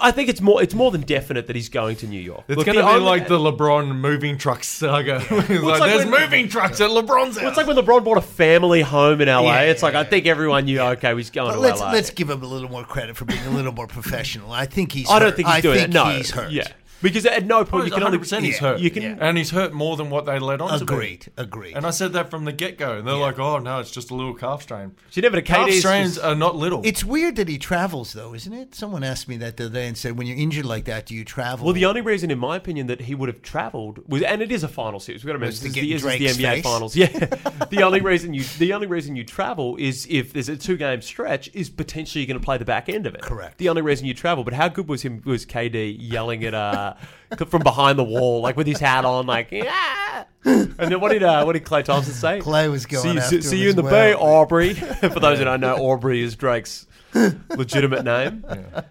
B: I think it's more. It's more than definite that he's going to New York.
C: It's
B: Look,
C: going to
B: the
C: be
B: only-
C: like the LeBron moving truck saga. *laughs* It's like,
B: like
C: there's
B: when-
C: moving trucks at LeBron's house.
B: It's like when LeBron bought a family home in LA.
A: Yeah,
B: it's like
A: yeah,
B: I think everyone knew. Okay, he's going
A: But
B: to
A: let's
B: LA.
A: let's give him a little more credit for being a little more professional. I think he's.
B: I don't
A: hurt.
B: think he's
A: I
B: doing
A: think
B: that. No,
A: he's hurt.
B: yeah, because at no point you can only
C: 100% he's
A: yeah,
C: hurt.
B: you can-
C: and he's hurt more than what they led on to. be.
A: Agreed. Agreed.
C: And I said that from the get go. And they're like, oh, no, it's just a little calf strain.
B: She never to
C: Calf
B: KD's
C: strains
B: just-
C: are not little.
A: it's weird that he travels, though, isn't it? Someone asked me that the other day and said, "When you're injured like that, do you travel?"
B: Well, the only reason, in my opinion, that he would have travelled was, and it is a final series. We've got to remember
A: to
B: this is
A: get
B: the,
A: in
B: this is
A: Drake's
B: the NBA
A: face.
B: finals. Yeah, *laughs* the only reason you the only reason you travel is if there's a two game stretch is potentially you're going to play the back end of it.
A: Correct.
B: The only reason you travel, but how good was him was KD yelling at uh from behind the wall like with his hat on like yeah, and then what did uh, what did Clay Thompson say?
A: Clay was going
B: See you,
A: after
B: see
A: him
B: you in
A: as
B: the
A: well.
B: Bay, Aubrey. *laughs* For those that don't know, Aubrey is
A: *laughs*
B: Drake's legitimate name.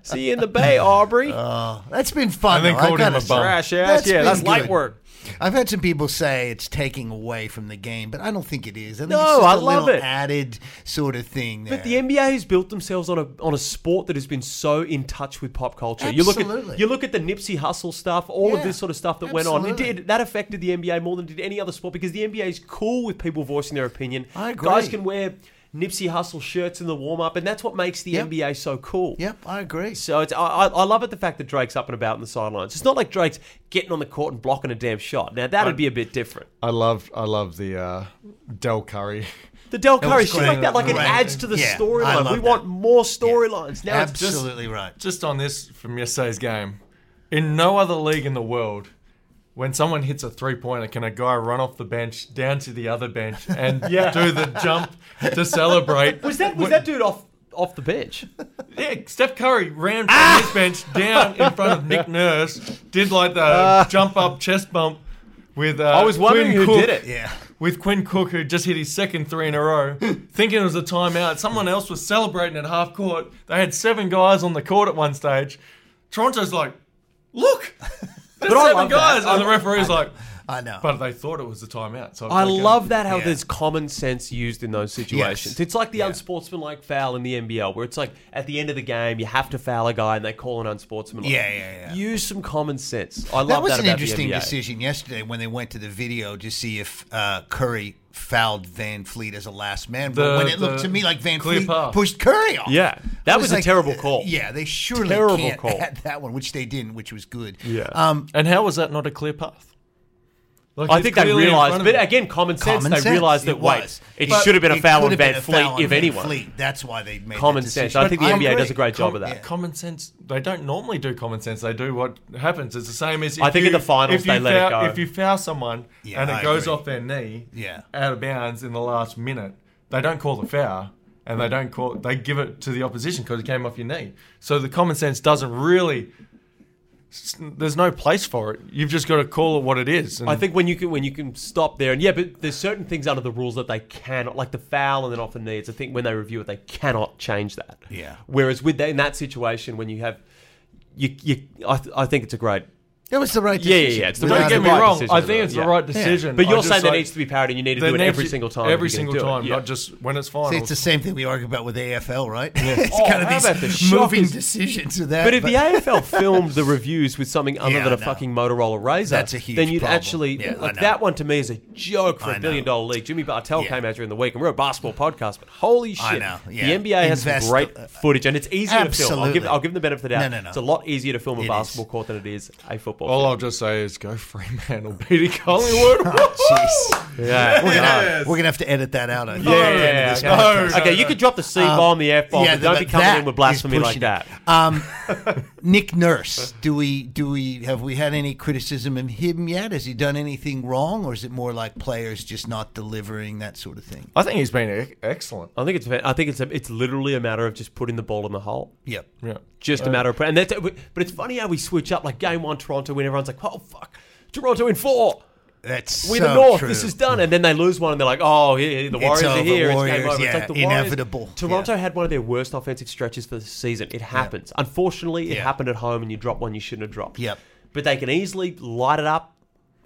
B: See you in the Bay, Aubrey.
A: Oh, that's been fun.
C: And then
A: though. I've
C: called him
A: gotta
C: a
A: say.
C: bum.
B: Trash ass. yeah,
A: been
B: that's light
A: good.
B: work.
A: I've had some people say it's taking away from the game, but I don't think it is. I think
B: No,
A: it's just
B: I
A: a
B: love
A: little
B: it.
A: added sort of thing. There.
B: But the NBA has built themselves on a on a sport that has been so in touch with pop culture. You look
A: Absolutely.
B: at you look at the Nipsey Hustle stuff, all of
A: Yeah,
B: this sort of stuff that went on. It
A: absolutely.
B: did that affected the NBA more than did any other sport because the NBA is cool with people voicing their opinion.
A: I agree.
B: Guys can wear Nipsey Hustle shirts in the warm up, and that's what makes the
A: Yep.
B: NBA so cool.
A: yep, I agree.
B: So it's I, I I love it the fact that Drake's up and about in the sidelines. It's not like Drake's getting on the court and blocking a damn shot. Now that'd be a bit different.
C: I love I love the uh, Del Curry. *laughs*
B: The Del Curry shit
A: great.
B: like that, like it
A: Right.
B: adds to the
A: Yeah, I
B: storyline.
A: love
B: We
A: that.
B: want more storylines. Now it's just
A: Absolutely right.
C: Just on this from yesterday's game, in no other league in the world, when someone hits a three pointer, can a guy run off the bench down to the other bench and
B: *laughs* Yeah.
C: do the jump to celebrate?
B: Was that was that dude off off the bench?
C: Yeah, Steph Curry ran from
B: Ah!
C: his bench down in front of
B: *laughs*
C: Nick Nurse, did like the
B: Ah.
C: jump up chest bump with. Uh, I
B: was wondering who did it.
A: Yeah.
C: With Quinn Cook, who just hit his second three in a
B: *laughs*
C: row, thinking it was a timeout. Someone else was celebrating at half court. They had seven guys on the court at one stage. Toronto's like, look, there's
B: But I
C: seven
B: love that.
C: guys.
B: I-
C: And the referee's like,
A: I know.
C: but they thought it was a timeout. So
B: I
C: it's like, uh,
B: love that how
A: Yeah.
B: there's common sense used in those situations. It's like the unsportsmanlike foul in the NBL, where it's like at the end of the game you have to foul a guy and they call an unsportsmanlike.
A: Yeah, yeah, yeah.
B: Use some common sense. I love
A: that was an
B: about the
A: interesting
B: NBA.
A: decision yesterday when they went to the video to see if uh, Curry fouled Van Fleet as a last man.
C: The-
A: But when it looked
C: the
A: to me like Van
C: clear
A: Fleet
C: path.
A: pushed Curry off.
B: Yeah, that
A: I
B: was a terrible
A: uh,
B: call.
A: Yeah, they surely
B: Terrible
A: can't
B: call.
A: add that one, which they didn't, which was good.
B: Yeah.
A: Um,
C: And how was that not a clear path? Like,
B: I
C: it's
B: think they
C: clearly in
B: realized,
C: front of
B: but
C: him.
B: again, common sense.
A: common
B: they
A: sense.
B: realized that
A: it
B: wait,
A: was.
B: it
A: But
B: should have been a
A: it
B: foul
A: could
B: on
A: have
B: Van
A: been a foul
B: Fleet,
A: on
B: if
A: Van
B: anyone.
A: Fleet. That's why they made
B: Common
A: that
B: sense.
A: decision.
B: I think the
A: But
B: NBA does
A: agree.
B: a great job of that.
A: yeah.
C: Common sense. They don't normally do common sense. They do what happens. It's the same as if
B: I think in
C: you-
B: the finals
C: if you
B: they let it
C: foul-
B: go.
C: If you foul someone
A: Yeah,
C: and it
A: I
C: goes
A: agree.
C: off their knee,
A: Yeah.
C: out of bounds in the last minute, they don't call the foul and they don't call. They give it to the opposition because it came off your knee. So the common sense doesn't really. s- There's no place for it. You've just got to call it what it is. And
B: I think when you can when you can stop there and yeah, but there's certain things under the rules that they cannot, like the foul and then off the knee. It's a thing when they review it, they cannot change that.
A: Yeah.
B: Whereas with that in that situation, when you have you, you I, th- I think it's a great.
A: That was the right
B: Yeah, yeah,
A: decision.
B: yeah, it's the
C: don't
B: right
C: get
A: Without a
C: me
A: doubt.
C: wrong.
B: decision,
C: I think it's
B: yeah.
C: the right decision.
B: But
C: I
B: you're
C: just
B: saying there
C: like-
B: needs to be parity. You need to
C: there
B: do it
C: needs
B: every
C: to-
B: single time.
C: Every
B: if you're
C: single
B: gonna do
C: time,
B: it. Yeah.
C: not just when it's final.
A: See, it's the same thing we argue about with AFL, right? *laughs* it's
B: Oh,
A: kind
B: how about
A: of
B: the
A: these
B: shock
A: moving
B: is-
A: decisions of that.
B: But if the AFL filmed the reviews with something other
A: Yeah,
B: than a
A: I know.
B: fucking Motorola Razor,
A: That's a huge
B: then you'd
A: problem.
B: actually
A: Yeah, I
B: like
A: know.
B: that one to me is a joke for
A: I
B: a billion
A: know.
B: dollar league. Jimmy Bartel
A: Yeah.
B: came out during the week, and we're a basketball podcast, but holy shit,
A: I know, yeah.
B: the NBA has some
A: Invest-
B: great footage, and it's easier to film. I'll give,
A: Absolutely.
B: I'll give them the benefit of the doubt.
A: No, no, no.
B: It's a lot easier to film a
A: It
B: basketball
A: is.
B: court than it is a football.
C: All
B: field.
C: I'll just say is go Fremantle *laughs*
B: *laughs*
C: beating Collingwood.
A: *laughs* jeez,
B: yeah,
A: we're,
B: yeah,
A: gonna- we're gonna have to edit that out. I think.
B: yeah,
A: at the end of
B: yeah,
A: this
B: yeah,
A: podcast.
B: okay. Okay, you could drop the C bomb, the F bomb, but don't be
A: but
B: coming
A: that
B: in with
A: is
B: blasphemy like
A: pushing
B: that.
A: it. Um, Nick Nurse, do we do we have we had any criticism of him yet? Has he done anything wrong, or is it more like players just not delivering that sort of thing?
C: I think he's been e- excellent.
B: I think it's I think it's a, it's literally a matter of just putting the ball in the hole.
A: Yep.
C: Yeah.
B: Just a matter of and that's but it's funny how we switch up like game one Toronto when everyone's like, oh fuck, Toronto in four.
A: That's
B: We're
A: so
B: the North.
A: True.
B: This is done. And then they lose one, and they're like, "Oh, here, the Warriors are
A: over,
B: here. it's game
A: Warriors,
B: over."
A: yeah,
B: it's like the Warriors-
A: inevitable.
B: Toronto
A: Yeah.
B: had one of their worst offensive stretches for the season. It happens. Unfortunately, it
A: Yeah.
B: happened at home, and you drop one you shouldn't have dropped.
A: Yep.
B: But they can easily light it up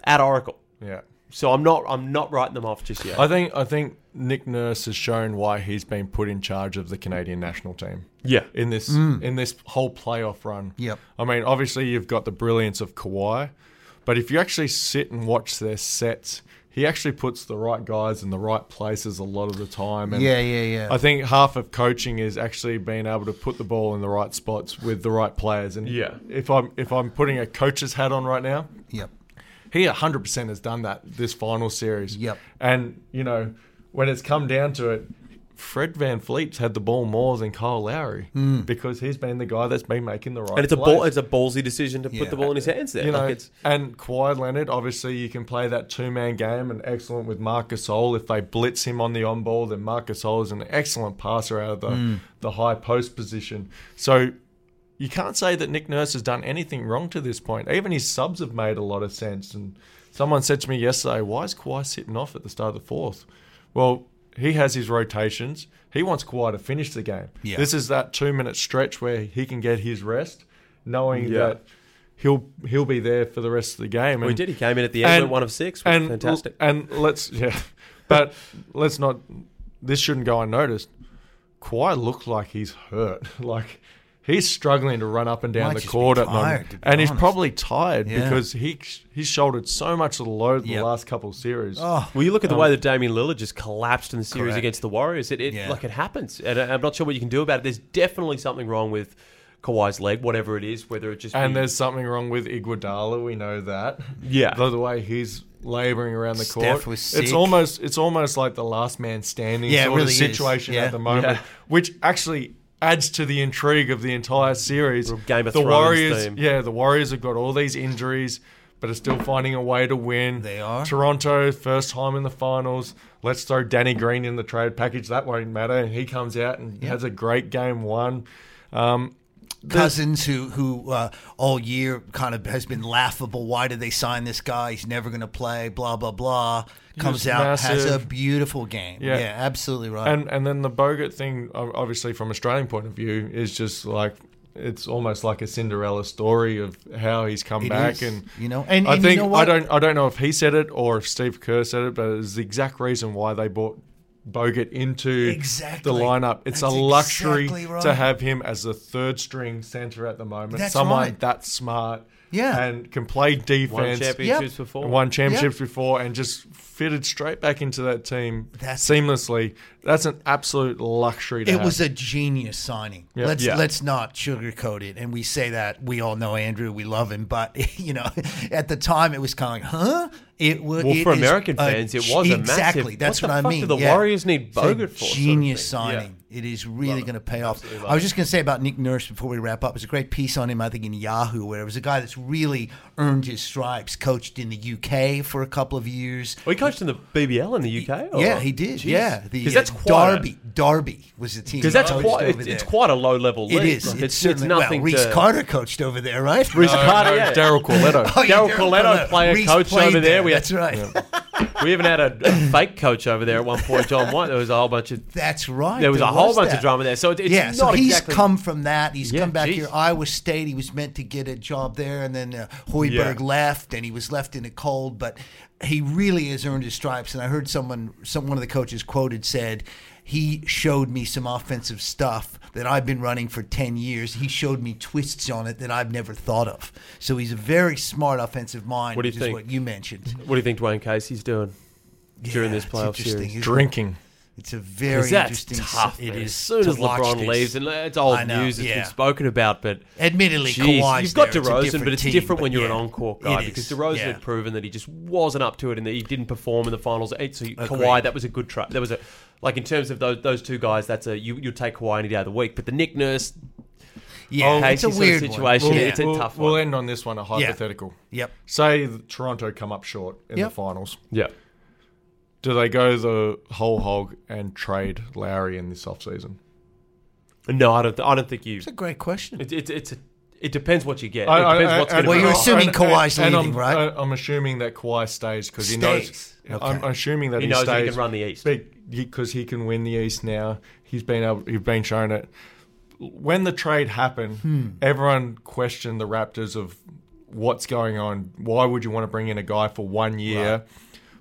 B: at Oracle.
C: Yeah.
B: So I'm not. I'm not writing them off just yet.
C: I think I think Nick Nurse has shown why he's been put in charge of the Canadian national team.
B: yeah.
C: in this in this whole playoff run.
A: Mm. Yep.
C: I mean, obviously you've got the brilliance of Kawhi, but if you actually sit and watch their sets, he actually puts the right guys in the right places a lot of the time. And
A: Yeah, yeah, yeah.
C: I think half of coaching is actually being able to put the ball in the right spots with the right players. And
B: Yeah.
C: if I'm if I'm putting a coach's hat on right now,
A: Yep.
C: he 100% has done that this final series.
A: Yep.
C: And, you know, when it's come down to it, Fred Van Fleet's had the ball more than Kyle Lowry because he's been the guy that's been making the right
B: Hmm. And it's a
C: plays.
B: ball, it's a ballsy decision to
A: Yeah.
B: put the ball in his hands there.
C: you know,
B: like it's,
C: and Kawhi Leonard, obviously, you can play that two man game and excellent with Marcus Ole. If they blitz him on the on ball, then Marcus Ole is an excellent passer out of the,
B: Mm.
C: the high post position. So you can't say that Nick Nurse has done anything wrong to this point. Even his subs have made a lot of sense. And someone said to me yesterday, why is Kawhi sitting off at the start of the fourth? Well, he has his rotations. He wants Kawhi to finish the game.
A: Yeah.
C: This is that two minute stretch where he can get his rest, knowing
B: Yeah.
C: that he'll he'll be there for the rest of the game.
B: we
C: And-
B: did. He came in at the end,
C: and-
B: went one of six. which
C: and
B: was fantastic.
C: And let's yeah, *laughs* but let's not. This shouldn't go unnoticed. Kawhi looked like he's hurt. *laughs* Like he's struggling to run up and down
A: Might
C: the
A: just
C: court
A: be
C: at the moment.
A: tired, to be
C: and he's
A: honest.
C: probably tired
A: Yeah.
C: because he he's shouldered so much of the load
A: Yep.
C: the last couple of series.
A: Oh,
B: Well, you look at the way that Damian Lillard just collapsed in the series
A: Correct.
B: against the Warriors. It, it
A: Yeah.
B: like it happens, and I- I'm not sure what you can do about it. There's definitely something wrong with Kawhi's leg, whatever it is, whether it just
C: And
B: be-
C: there's something wrong with Iguodala. We know that.
B: Yeah.
C: By the way, he's laboring around the
A: Steph
C: court.
A: was
C: It's
A: sick.
C: almost it's almost like the last man standing
A: Yeah, it
C: sort
A: really
C: of
A: is.
C: situation
A: Yeah.
C: at the moment,
B: Yeah.
C: which actually adds to the intrigue of the entire series.
B: Game of
C: the
B: Thrones
C: Warriors,
B: theme.
C: yeah, the Warriors have got all these injuries, but are still finding a way to win.
A: They are.
C: Toronto, first time in the finals. Let's throw Danny Green in the trade package. That won't matter. And he comes out and has a great game one. Um,
A: Cousins, who who uh, all year kind of has been laughable. Why did they sign this guy? He's never going to play. Blah blah blah. Comes
C: was
A: out has a
C: massive.
A: beautiful game.
C: Yeah.
A: Yeah, absolutely right.
C: And and then the Bogut thing, o- obviously from Australian point of view, is just like it's almost like a Cinderella story of how he's come
A: It
C: back.
A: is,
C: And
A: you know, and,
C: I
A: and
C: think
A: you know
C: I
A: what?
C: don't I don't know if he said it or if Steve Kerr said it, but it's the exact reason why they bought Bogut into
A: Exactly.
C: the lineup. It's
A: That's
C: a luxury
A: exactly right.
C: to have him as the third string center at the moment.
A: That's
C: Someone
A: right.
C: that smart.
A: Yeah.
C: And can play defense.
B: won championships
A: Yep.
B: before.
C: Won championships before and just fitted straight back into that team
A: That's-
C: seamlessly. That's an absolute luxury to
A: It
C: have.
A: was a genius signing.
C: Yeah.
A: Let's
C: Yeah.
A: let's not sugarcoat it. And we say that we all know Andrew, we love him, but *laughs* you know, at the time it was kind of like, huh? It was
B: well
A: it
B: for
A: is
B: American
A: a-
B: fans, it was a massive.
A: exactly. That's
B: what,
A: what,
B: the
A: I
B: fuck
A: mean.
B: Do the
A: yeah.
B: Warriors need
A: It's a
B: Bogut for
A: genius
B: sort of thing. Yeah.
A: signing. It is really going to pay off.
B: Absolutely love
A: I was just going to say about Nick Nurse before we wrap up. There's a great piece on him, I think, in Yahoo, where it was a guy that's really earned his stripes. Coached in the UK for a couple of years.
B: Well, he coached in the BBL in the UK. or-
A: Yeah, he did.
B: Oh, Jeez.
A: Yeah, the
B: 'Cause
A: uh,
B: that's quite a-
A: Derby. Derby was the team.
B: because
A: he
B: that's
A: coached
B: quite
A: over
B: it's, it's
A: there.
B: quite a low level.
A: It
B: league.
A: is.
B: Like,
A: It's, certainly
B: nothing.
A: well. Reese
B: to, Oh,
A: Carter coached over there, right?
B: Reece
C: No,
B: Carter,
C: no,
B: yeah.
C: Daryl Coletto.
B: *laughs*
A: Oh, yeah,
B: Darryl
A: Darryl
B: Coletto, player
A: Reece
B: coach
A: played
B: over there. We had-
A: that's right.
B: We even had a, a fake coach over there at one point, John White. There was a whole bunch
A: *laughs*
B: of
A: That's right.
B: there was a whole bunch
A: that.
B: of drama there. So it, it's
A: yeah,
B: not
A: so he's
B: exactly
A: come from that. He's
B: Yeah,
A: come back
B: geez.
A: here. Iowa State. He was meant to get a job there, and then uh, Hoiberg
C: Yeah.
A: left, and he was left in the cold. But he really has earned his stripes. And I heard someone, some one of the coaches quoted said. He showed me some offensive stuff that I've been running for 10 years. He showed me twists on it that I've never thought of. So he's a very smart offensive mind,
B: What do you
A: which
B: think?
A: is what you mentioned.
B: What do you think Dwayne Casey's doing during
A: Yeah,
B: this
A: it's
B: playoff
A: interesting,
B: series?
A: isn't it?
C: Drinking.
A: It's a very
B: Because that's
A: interesting.
B: tough.
A: It
B: man.
A: is
B: As soon
A: to
B: as
A: watch
B: LeBron
A: this.
B: leaves, and it's old
A: I know,
B: news. It's
A: yeah.
B: been spoken about, but
A: Admittedly,
B: Jeez,
A: Kawhi's
B: you've got
A: there. It's a
B: DeRozan,
A: different
B: but it's
A: team,
B: different when
A: but
B: you're an
A: yeah,
B: on-court
A: it
B: guy
A: is,
B: because DeRozan
A: yeah.
B: had proven that he just wasn't up to it and that he didn't perform in the finals. Eh, So you- Kawhi,
A: Agreed.
B: that was a good try. That was a like in terms of those those two guys. That's a you you take Kawhi any day of the week, but the Nick Nurse
A: Yeah, it's
B: Oh,
A: a
B: Casey sort of
A: weird
B: situation.
A: One.
B: Yeah.
A: Yeah.
B: It's a
C: we'll,
B: tough
C: We'll
B: one.
C: end on this one, a hypothetical.
A: Yep.
C: Say that Toronto come up short in
A: Yep.
C: the finals.
B: yeah
C: Do they go the whole hog and trade Lowry in this offseason?
B: no I don't I don't think you
A: It's a great question.
B: It's it's it's a It depends what you get.
C: I-
B: it
C: I-
B: depends
C: I-
B: what's
C: I-
B: going to
A: Well,
B: be.
A: you're
C: and-
A: assuming
C: and-
A: Kawhi's
C: and
A: leaving,
C: I'm,
A: right?
C: I, am assuming that Kawhi stays because he
A: Stays.
C: knows.
A: Okay.
C: I'm assuming that
B: He
C: he,
B: knows he
C: stays
B: can run the East.
C: because he can win the East now. He's been able. He's been shown it. When the trade happened, everyone questioned the Raptors of what's going on. Why would you want to bring in a guy for one year?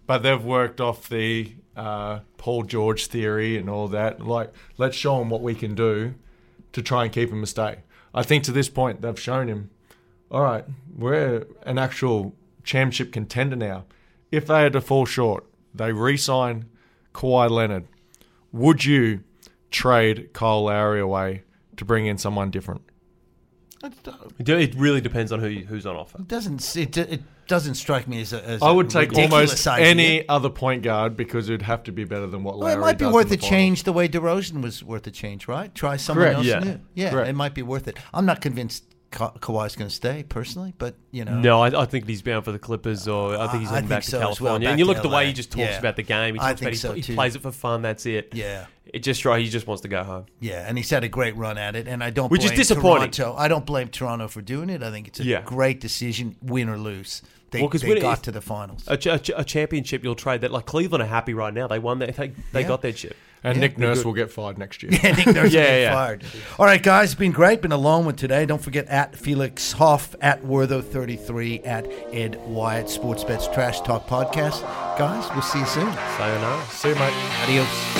C: But they've worked off the uh, Paul George theory and all that. Like, let's show him what we can do to try and keep him a stay. I think to this point they've shown him, all right, we're an actual championship contender now. If they had to fall short, they re-sign Kawhi Leonard. Would you trade Kyle Lowry away to bring in someone different?
B: It do- It really depends on who you, who's on offer.
A: It doesn't it, it doesn't strike me as a as
C: I
A: a
C: would take
A: ridiculous
C: almost
A: idea.
C: any other point guard because it'd have to be better than what Lowry
A: Well, it might be
C: does in
A: worth
C: the
A: a
C: finals.
A: change the way DeRozan was worth a change, right? Try someone
C: Correct,
A: else
B: yeah.
A: new. Yeah,
C: Correct.
A: it might be worth it. I'm not convinced Ka- Kawhi's going to stay personally, but you know,
B: No, I, I think he's bound for the Clippers, or I think he's
A: I- I
B: heading back
A: think
B: to
A: so as well,
B: California.
A: back
B: and you
A: to
B: look at the way
A: LA.
B: he just talks
A: Yeah.
B: about the game. He,
A: I think
B: talks about he,
A: so,
B: he
A: too.
B: plays it for fun. That's it.
A: yeah,
B: It just right. He just wants to go home.
A: yeah, and he's had a great run at it, and I don't
B: Which is
A: blame
B: disappointing.
A: Toronto. I don't blame Toronto for doing it. I think it's a
B: Yeah.
A: great decision, win or lose. They,
B: Well, 'cause
A: they
B: when it-
A: got
B: if-
A: to the finals.
B: A, ch- a, ch- a championship, you'll trade that. Like Cleveland are happy right now. They won. Their, they they
A: Yeah.
B: got their chip.
C: And Nick Nurse will get
A: *laughs*
C: fired next year.
A: I think they're
B: Yeah,
A: getting
B: yeah.
A: fired. All right, guys, it's been great. Been a long one today. Don't forget at Felix Hoff, at Wortho33, at Ed Wyatt, Sports Bets Trash Talk Podcast. Guys, we'll see you soon.
B: Sayonara.
C: See you, mate.
A: Adios.